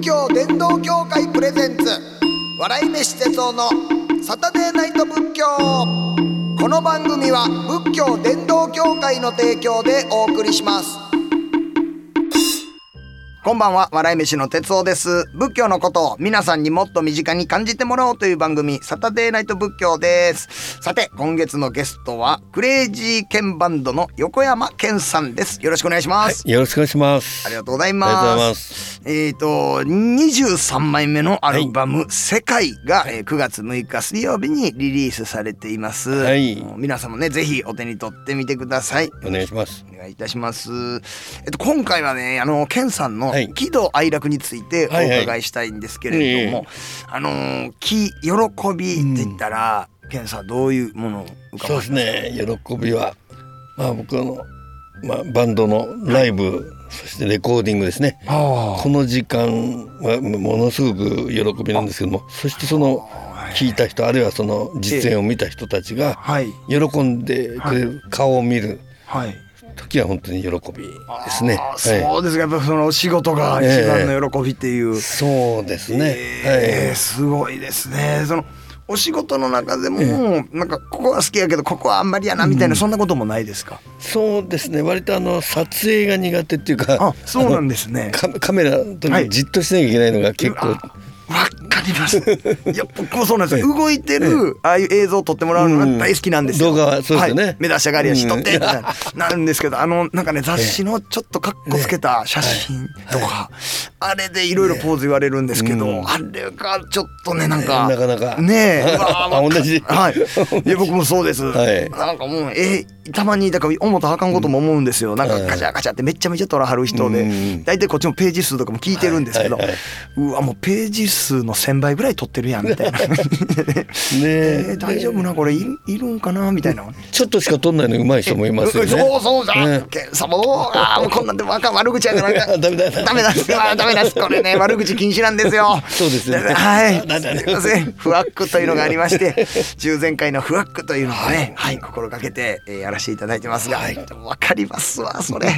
道協会プレゼンツ笑い飯哲夫のサタデーナイト仏教この番組は仏教伝道協会の提供でお送りしますこんばんは笑い飯の哲夫です仏教のことを皆さんにもっと身近に感じてもらおうという番組サタデーナイト仏教ですさて今月のゲストはクレイジーケンバンドの横山健さんですよろしくお願いします、よろしくお願いします。ありがととうございありがとうございまますす。えー、と23枚目のアルバム「世界が」えー9月6日水曜日にリリースされています、はいもう皆さんもねぜひお手に取ってみてくださいお願いします。お願いいたします、えっと、今回はねあのケンさんのはい喜怒哀楽についておはいはい伺いしたいんですけれども、えあのー喜喜びって言ったら、ケンさんどういうものをそう伺ですね。喜びは、まあ僕のまあバンドのライブ、そしてレコーディングですね。あこの時間はものすごく喜びなんですけども、そしてその聞いた人あるいはその実演を見た人たちがはい喜んでくれる顔を見るはい時は本当に喜びですね。あーはそうですかやっぱりそのお仕事が一番の喜びっていう、い。そうですね。えーすごいですねそのお仕事の中でも、なんかここは好きやけどここはあんまりやなみたいな、そんなこともないですかはい。そうですね。割とあの撮影が苦手っていうか。あそうなんですねカカメラとはいじっとしなきゃいけないのが結構、うわわかります いや僕もそうなんですよ動いてるああいう映像を撮ってもらうのが大好きなんですよ、うん動画はそうですよねい目立ち上がりやしうん撮ってみたいななるんですけどあのなんかね雑誌のちょっとカッコつけた写真とか、あれでいろいろポーズ言われるんですけど、うんあれがちょっとねなんか、ねなかなかね えあ同じはい いや僕もそうです、はいなんかもうえたまにだから思ったらあかんことも思うんですよ、なんかガチャガチャってめっちゃめちゃ撮らはる人で、うん大体こっちもページ数とかも聞いてるんですけど、はいはいうわもうページ数の1,000倍ぐらい取ってるやんみたいなねええー大丈夫なこれいるいるんかなみたいな。ちょっとしか撮んないのうまい人もいますよね。そうそうだ、ねケンさんもあーもうこんなんで若悪口やから ダメだダメだすあーダメだすこれね悪口禁止なんですよそうですねはいあなんだすいませんフワックというのがありまして中前回のフワックというのをねはい心がけてえーやらせていただいてますがわかりますわ それ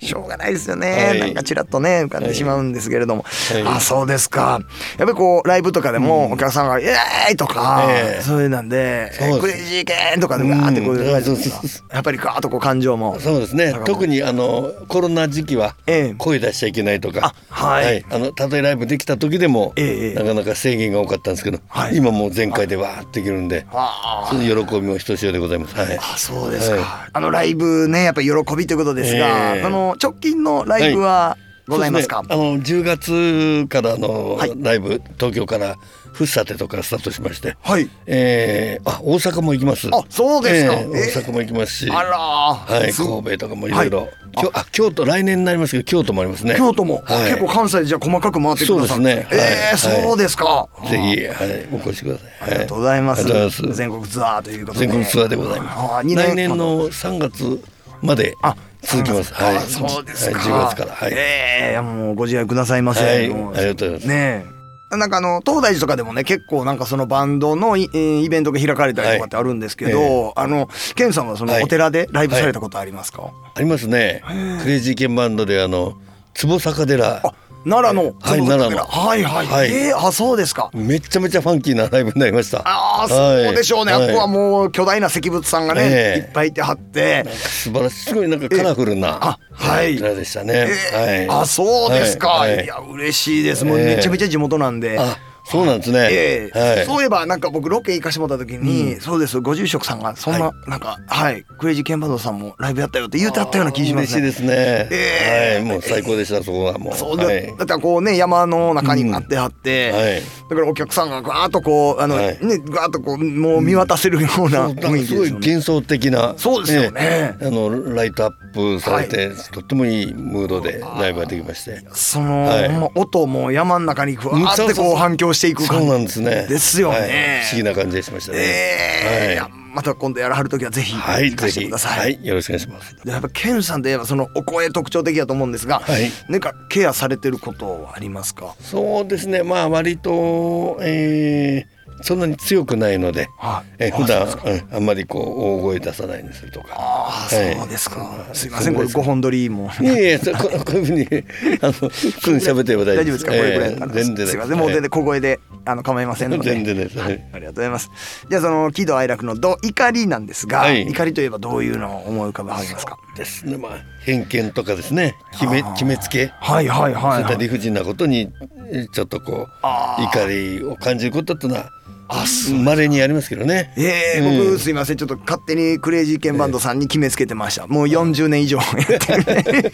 しょうがないですよはねいなんかちらっとね浮かんでしまうんですけれどもいあそうですかやっぱりこうライブとかでもお客さんが「イエーイ!」とかええそういうなんでそうですクレイジーケーン!」とかでガーってこういう感じうんそうそうそやっぱりガーッとこう感情もそうですね高まる特にあのコロナ時期はええ声出しちゃいけないとあか、はいあのたとえライブできた時でも、ええなかなか制限が多かったんですけど、はい今もう全開でわーってできるんで、あその喜びもひとしおでございます。はい、あそうですか、はあのライブねやっぱり喜びということですが、ええあの直近のライブはございますか、そうでねあの10月からのはいライブ、東京からふっさてとかスタートしまして、はいえーあ大阪も行きます。あそうですかえーえー大阪も行きますし、あらーはい、す神戸とかもいろいはろい。きょあ京都来年になりますけど京都もありますね。京都も、はい結構関西でじゃあ細かく回ってくださってそうですねはいええはいそうですか、ぜひはいお越しください。ありがとうございます,、ありがとうございます全国ツアーということで全国ツアーでございあます。二来年の3月まであ続きます。あはい。そうですか、はい10月からはい。ええもうご自愛くださいませ、はいもありがとうございますねえなんかあの東大寺とかでもね結構なんかそのバンドのイ,、えーイベントが開かれたりとかってあるんですけど、はいえあのケンさんはそのはいお寺でライブされたことありますか、ありますね。クレイジーケンバンドであの坪坂寺。あ奈良のはいそ奈良のはいはい、はいええあそうですかめちゃめちゃファンキーなライブになりました。ああはいそうでしょうね、はいあこはもう巨大な石仏さんがね、えいえっぱいいてはって素晴らしいすごいなんかカラフルえな、あはい寺でしたね、ええはいあそうですか、はいいや嬉しいですもうええめちゃめちゃ地元なんで、あそうなんですね、ええはいそういえばなんか僕ロケ行かしてもらった時に、そうですご住職さんがそんな、はなんかはいクレイジーケンバンドさんもライブやったよって言うてあったような気します嬉しいね。ですね、ええはいもう最高でした、そこはもうそうだ,、はいだってこうね山の中にあってあって、うんはいだからお客さんがガーッとこうあの、はいねガーッとこうもう見渡せるようなそうなん雰か囲気すごでいすよね。幻想的なそうですよねええあのライトアップされて、とってもいいムードでライブができましてその、はいほんま音も山の中にふわーそっうてそうこそうう反響していくそ感うじなんですねですよねはい不思議な感じでしましたね、ええはいいやまた今度やらはる時はぜひはい、聞かぜせてひ、ください。はい、よろしくお願いします。でやっぱケンさんといえばそのお声特徴的だと思うんですが、はいなんかケアされてることはありますか。そうですねまあ割と、えーそんなに強くないので、はいえあ普段そうですうんあんまりこう大声出さないようにするとか。ああはいそうですか。すいませんそこれうです五本撮りも。いやいや、そこ こういうふうにあの普通に喋ってれ ば大大丈夫で丈夫すかこれぐらいだったええら。全然すいませんもう全は然小声であの構いませんので。全然ですははいいありがとうございます。じゃあその喜怒哀楽のど怒りなんですが、はい怒りといえばどういうのを思い浮かべはりますか。いですね。まあ偏見とかですね、決め決めつけ。はいはいはいそういっはたい、理不尽なことにえちょっとこうあー怒りを感じることっていうのはあそう稀にありますけどね。えーう僕ん すいませんちょっと勝手にクレイジーケンバンドさんに決めつけてましたもう40年以上やってる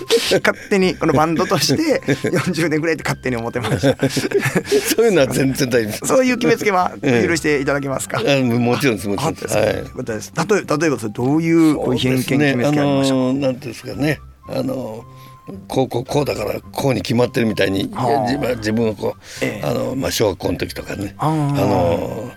勝手にこのバンドとして40年ぐらいって勝手に思ってました そういうのは全然大丈夫です。そういう決めつけは許ええしていただけますか、あもちろんですもちろあんです。そうですかよかったです例えば例えばそれどういうこう偏見決めつけありましたかあのなんていうんですかねあのこうこうこうだからこうに決まってるみたいにいはあや自分自分をこう、ええあのまあ小学校の時とかねあーの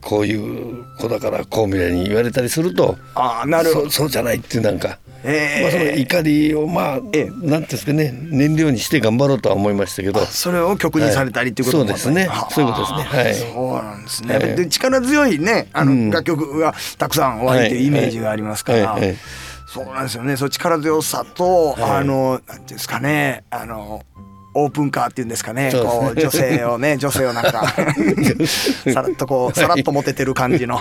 こういう子だからこうみたいに言われたりするとああなるほどそそうじゃないっていうなんか、ええまあ、その怒りをまあ、ええなんていうんですかね燃料にして頑張ろうとは思いましたけどあそれを曲にされたりっていうこともはいそうですねあったそういうことですねはいそうなんですね、ええで力強いねあの、楽曲がたくさんおありというイメージがありますから、はいはいはいそうなんですよねその力強さと、はいあのなんていうんですかねあのオープンカーっていうんですかねそうですねこう女性を ね女性をなんかさらっとこうさらっとモテてる感じの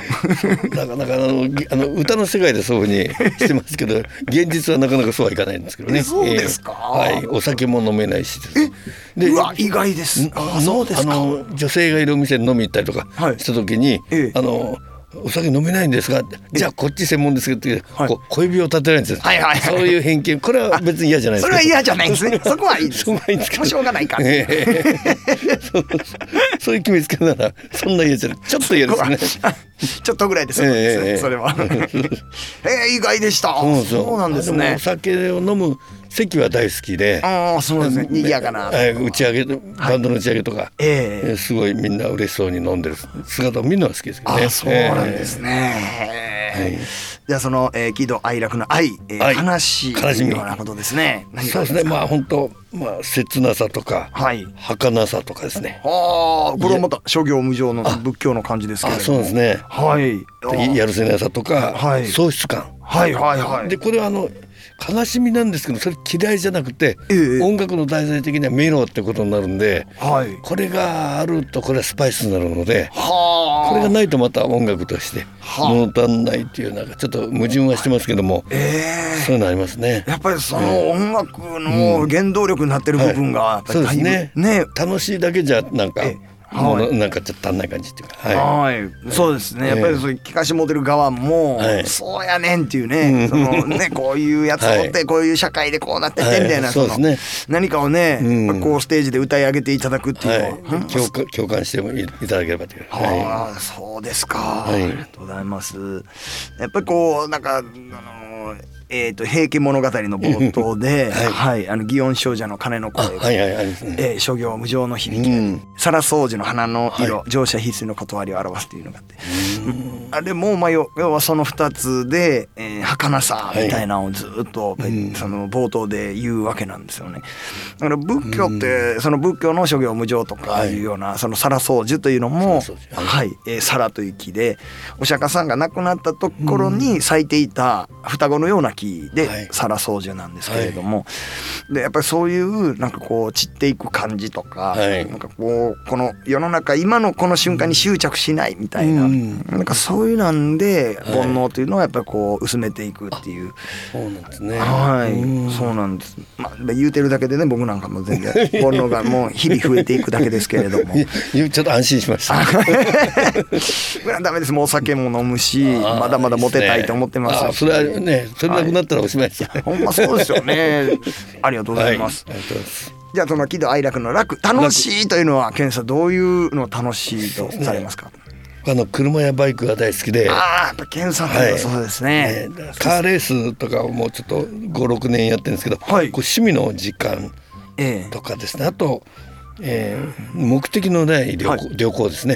なかなかあのぎあの歌の世界でそういうふうにしてますけど現実はなかなかそうはいかないんですけどね。えそうですかええはい、お酒も飲めないしですね。でうわ意外ですんあそうですかあの女性がいるお店に飲み行ったりとかはいした時に、ええあのお酒飲めないんですがじゃあこっち専門ですけどって、はいこう小指を立てられるんですよ、はいはいはいそういう偏見これは別に嫌じゃないでそすかれは嫌じゃないんですねそこはいいです そこはいいんですけどもうしょうがないか、 ええそうそういう決めつけならそんな嫌じゃないちょっと 嫌ですね。ちょっとぐらいですよね、ええそれ は。ええ意外でした。そうそうそうなんですあもねお。酒を飲む席は大好きで。ああ、そうですね。賑やかな。えー打ち上げバンドの打ち上げとか、ええーすごいみんな嬉しそうに飲んでる姿を見るのが好きですけどあね。あ、そうなんですね。ええじゃあその、えー、喜怒哀楽の愛、えー愛悲しい悲しみようなことですね。えー何そかうですね。まあ本当まあ切なさとか、はい儚さとかですね。ああ、これはまた諸行無常の仏教の感じですけあれども。そうですね。はい。あーやるせなさとか、はい喪失感。はいはいはい。でこれはあの悲しみなんですけどそれ嫌いじゃなくて、ええ音楽の題材的にはメロってことになるんではい。これがあるとこれはスパイスになるのではあ。これがないとまた音楽としてはあ物足んないっていうなんかちょっと矛盾はしてますけども、ええそういうのありますね。やっぱりその音楽の原動力になってる部分がやっぱそうりでだすいぶね。ね楽しいだけじゃなんか、えはいもうなんかちょっと足んない感じっていうか。ははい、そうですね、えやえっぱりそういう聞かしモデル側も、はいそうやねんっていうね、そのねこういうやつをっはてこういう社会でこうなっててみたいな、はいそのそうで何かをね、うんやっぱこうステージで歌い上げていただくってい。いうのは、はい。共感共感してもいいただければという。はああそうですか、いありがとうございますやっぱりこうなんかあのえー、と「平家物語」の冒頭で、はいあの祇園少女の鐘のい。あ声がはいはいはいですね。えー、諸行無常の響き、うん皿掃除の花の色、乗車必須の断りを表すというのがあってあれも、まあ、要要はその2つで、えー、儚さみたいなのをずっと、その冒頭で言うわけなんですよね。だから仏教って、その仏教の諸行無常とかいうような、その皿掃除というのも、皿掃除はいえー、皿という木でお釈迦さんが亡くなったところに咲いていた双子のような木で、はい皿掃除なんですけれども、でやっぱりそういうなんかこう散っていく感じとか、はいなんかこうこの世の中今のこの瞬間に執着しないみたいな、うんなんかそういうなんでい煩悩というのはやっぱりこう薄めていくっていう、そうなんですね。はい、うんそうなんです、まあ、言うてるだけでね僕なんかも全然煩悩がもう日々増えていくだけですけれども。いやちょっと安心しました。これはダメですもうお酒も飲むしあーまだまだモテたいと思ってますあそれはね、それなくなったらおしまいです。ほんまそうですよねありがとうございます、はいありがとうございます。じゃあその喜怒哀楽の楽楽しいというのは健さんどういうのを楽しいとされますか。あの車やバイクが大好きで。ああやっぱ健さんといえばそうですね。ねカーレースとかをもうちょっと56年やってるんですけど、はいこう趣味の時間ええとかですねあと、えー目的のない旅行,、はい旅行ですね。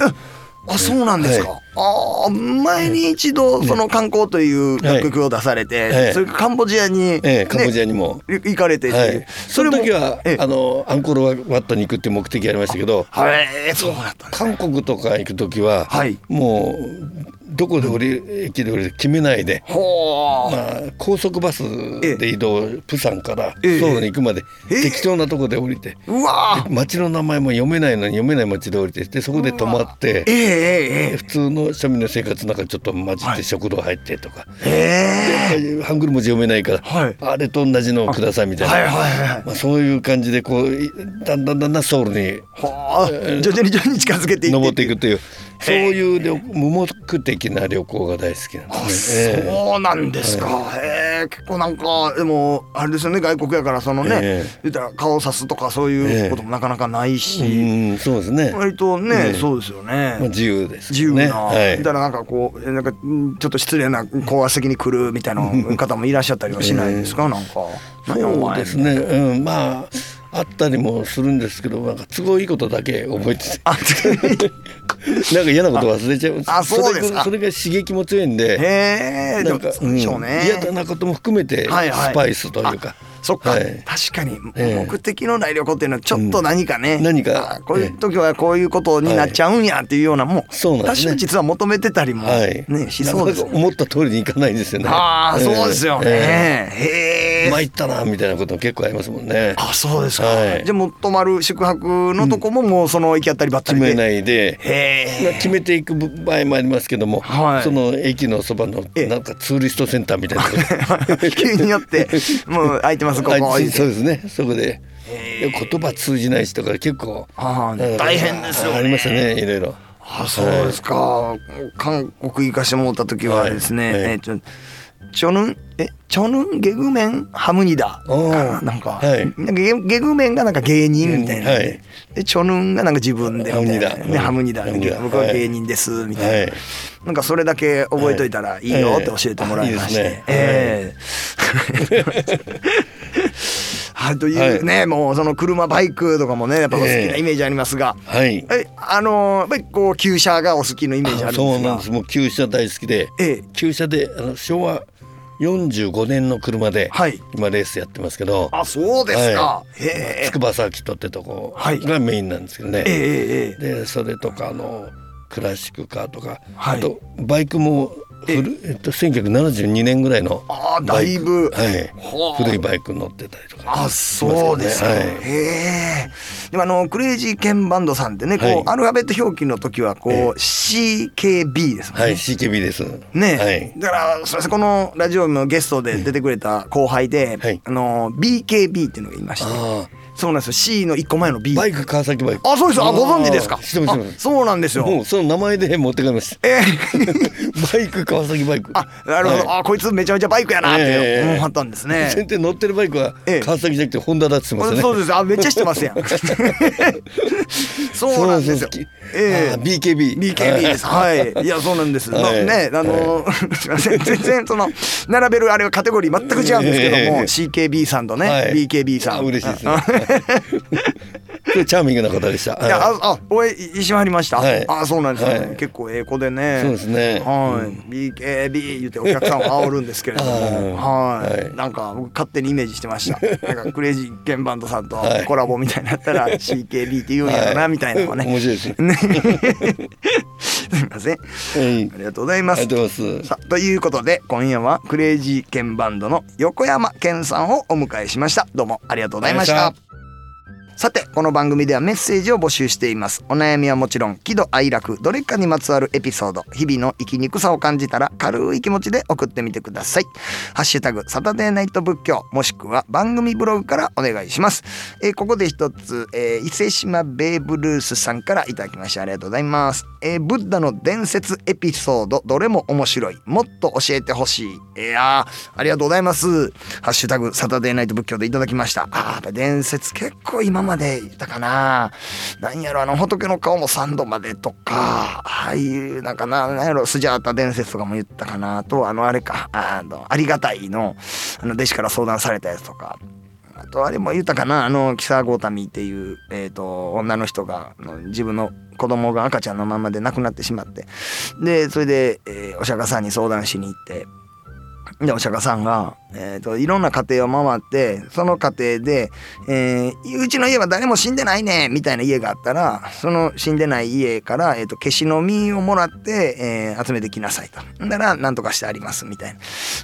あそうなんですか、はいああ前に一度その観光という楽曲を出されて、ええそれからカンボジアに、ええ、カンボジアににも、行かれて、はい、そのも時は、ええあのアンコールワットに行くっていう目的がありましたけどはいそうだったんです韓国とか行く時は、はいもうどこで降り駅で降りるか決めないで、ほう、まあ、高速バスで移動、プサンからソええウルに行くまで、ええ適当なとこで降りて、うわー町の名前も読めないのに読めない町で降りてでそこで泊まってええええ普通の庶民の生活の中ちょっと混じっはてい食堂入ってとか、えええハングル文字読めないから、はいあれと同じのをくださいみたいな、はいはいはいまあ、そういう感じでこういだんだんだんだんソウルにほう徐々に徐々に近づけていって登っていくというそういう旅無目的な旅行が大好きなんあですね。ええそうなんですか、へえ結構なんかでもあれですよね外国やからそのね、え言ったら顔さすとかそういうこともなかなかないし、うんそうですね、割とね、ええそうですよね、まあ、自由です自由けどねな、みたいななんかこうえなんかんちょっと失礼な高圧的に来るみたいな方もいらっしゃったりはしないですか、なんか何やおそう前ですね、うん、まああったりもするんですけどなんか都合いいことだけ覚えててあつ なんか嫌なこと忘れちゃうあそうですかそれがそれが刺激も強いんでへえでなんもか、そうでしょうね、うん嫌なことも含めてはいはいスパイスというか、そっか、はい確かにええ目的のない旅行っていうのはちょっと何かね、うん何かあこういう時はこういうことになっちゃうんやっていうようなもうそうなんです私ねは実は求めてたりも、はいねしそうですなかなか思った通りにいかないんですよねああそうですよね、えへええ、参ったなみたいなことも結構ありますもんねあそうですか、はいじゃあもう泊まる宿泊のとこももうその行き当たりばった決りでめないでへえ決めていく場合もありますけども、はいその駅のそばのええなんかツーリストセンターみたいなと こ急によってもう空いてますここ あ言うてそうですねそこでへえ言葉通じない人が結構ああなんか大変ですよねありましたねいろいろあそうですか、韓国行かしてもらった時はですね、はいはいえーちょチョヌンえチョヌンゲグメンハムニダおーかなんか,、はいなんかゲゲグメンがなんか芸人みたいな、はいでチョヌンがなんか自分でみたいなハムニダねハムニダハムニダ僕は芸人ですみたいな、はいなんかそれだけ覚えといたらいいよって教えてもらいまして、はいはいえ えはい、というね、もうその車バイクとかもねやっぱお好きなイメージありますが、はいえあのーやっぱりこう旧車がお好きのイメージあるんですがそうなんですもう旧車大好きで、ええ旧車であの昭和45年の車で、はい今レースやってますけどあそうですか、はへえ筑波サーキットってとこはいがメインなんですけどね、ええええええでそれとかあのクラシックカーとか、はいあとバイクも古い、えっと、1972年ぐらいのあーバイだいぶクははあい、古いバイクに乗ってたりとかあそうですか、はいへえでもあのクレイジーケンバンドさんってねこう、はいアルファベット表記の時はこう、ええ CKB ですもんね、はい CKB ですねはいだからそれこのラジオのゲストで出てくれた後輩で、はいあの BKB っていうのがいましてあそうなんですよ C の一個前の B バイク川崎バイクあそうですあご存知ですかあー知ってます知ってまあすそうなんですよもうその名前で持って帰り ましたええバイク川崎バイクあ、なるほど。はいあ、こいつめちゃめちゃバイクやなってええ思ったんですね。先手乗ってるバイクはええ川崎じゃなくてホンダだって言ってますねそうです。あ、めっちゃ知って ますやん。そうなんですよ。ええええ BKB BKB です。はいはい。いや、そうなんです。はないね、あの、すいません。全然、その、並べるあれはカテゴリー全く違うんですけども、ええ CKB さんとね、 はい BKB さあん。嬉しいですねあ チャーミングな方でしたいや、はあ、あ、おい、一緒ありましたはい。あ、そうなんですはねい。結構英語でね。そうですねはい。BKB 言ってお客さんを煽るんですけれども、 はいは。はいいなんか僕勝手にイメージしてました。なんかクレイジーケンバンドさんと はいコラボみたいになったら CKB って言うんやろなみたいなのがね。面白いですねね すみません。はいありがとうございまありすが。とうございますさあということで今夜はクレイジーケンバンドの横山健さんをお迎えしましたどうもありがとうございましたありがとさてこの番組ではメッセージを募集していますお悩みはもちろん喜怒哀楽どれかにまつわるエピソード日々の生きにくさを感じたら軽い気持ちで送ってみてくださいハッシュタグサタデーナイト仏教もしくは番組ブログからお願いします、えーここで一つ、えー伊勢島ベーブルースさんからいただきましてありがとうございます、えーブッダの伝説エピソードどれも面白いもっと教えてほしいいやーありがとうございますハッシュタグサタデーナイト仏教でいただきましたあーやっぱ伝説結構今までいたかななんやろあの仏の顔も3度までとかああいうなんかななんやろスジャータ伝説とかも言ったかなとあのあれかあのありがたいのあの弟子から相談されたやつとかあとあれも言ったかなあのキサーゴータミっていう、えー、と女の人があの自分の子供が赤ちゃんのままで亡くなってしまってでそれで、えーお釈迦さんに相談しに行ってでお釈迦さんが、えー、といろんな家庭を回ってその家庭で、えーうちの家は誰も死んでないね」みたいな家があったらその死んでない家から、えー、と消しの実をもらって、えー集めてきなさいと。んだらなんとかしてありますみたいな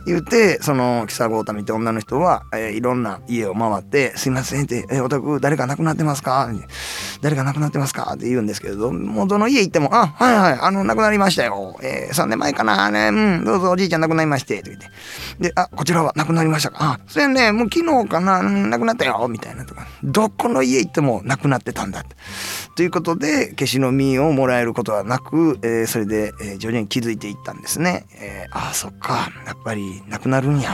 言ってその木更タミって女の人は、えーいろんな家を回って「すいません」って「えーお宅誰か亡くなってますか?」誰か亡くなってますか?」って言うんですけれどもうどの家行っても「あはいはいあの亡くなりましたよ、えー、3年前かなねうんどうぞおじいちゃん亡くなりまして」って言ってで、あ、こちらはなくなりましたか。あ、それね、もう昨日かな、うんなくなったよ、みたいなとか。どこの家行ってもなくなってたんだって。ということで、消しの実をもらえることはなく、えーそれで、えー徐々に気づいていったんですね。えーあ、そっか、やっぱりなくなるんや。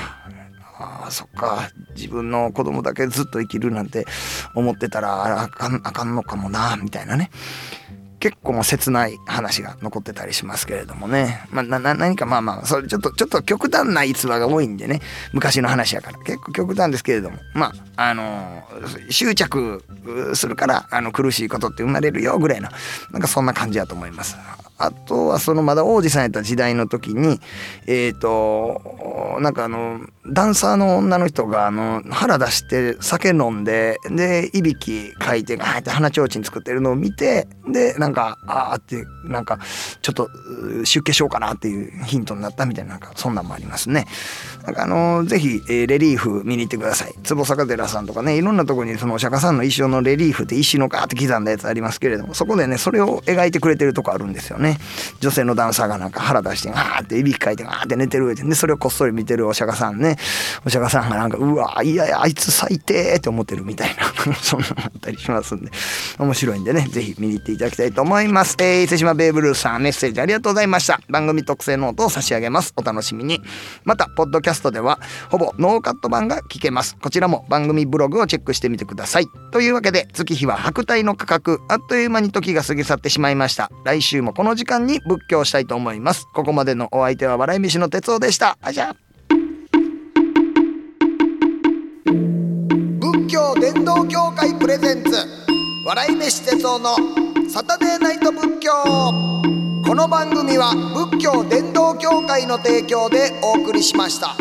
あーそっか自分の子供だけずっと生きるなんて思ってたらあらあかんあかんのかもなみたいなね結構もう切ない話が残ってたりしますけれどもね、まあ、なな何かまあまあそれちょっとちょっと極端な逸話が多いんでね昔の話やから結構極端ですけれどもまああのー執着するからあの苦しいことって生まれるよぐらいななんかそんな感じやと思います。あとはそのまだ王子さんやった時代の時にえっ、となんかあのダンサーの女の人があの腹出して酒飲んででいびきかいてガーって鼻ちょうちん作ってるのを見てでなんかああってなんかちょっとうー出家しようかなっていうヒントになったみたいななんかそんなんもありますね。なんかあのぜひ、えーレリーフ見に行ってください坪坂寺さんとかねいろんなとこにそのお釈迦さんの一生のレリーフって石のガーって刻んだやつありますけれどもそこでねそれを描いてくれてるとこあるんですよね女性のダンサーがなんか腹出してガーっていびきかいてガーって寝てる上ででそれをこっそり見てるお釈迦さんねお釈迦さんがなんかうわいやいやあいつ最低って思ってるみたいな そんなのあったりしますんで面白いんでねぜひ見に行っていただきたいと思います、えー、伊勢島ベーブ・ルースさんメッセージありがとうございました番組特製ノートを差し上げますお楽しみにまたポッドキャストではほぼノーカット版が聞けますこちらも番組ブログをチェックしてみてくださいというわけで月日は白帯の価格あっという間に時が過ぎ去ってしまいました来週もこの時間に仏教したいと思いますここまでのお相手は笑い飯の哲夫でしたあじゃあ仏教伝道協会プレゼンツ笑い飯哲夫のサタデーナイト仏教この番組は仏教伝道協会の提供でお送りしました。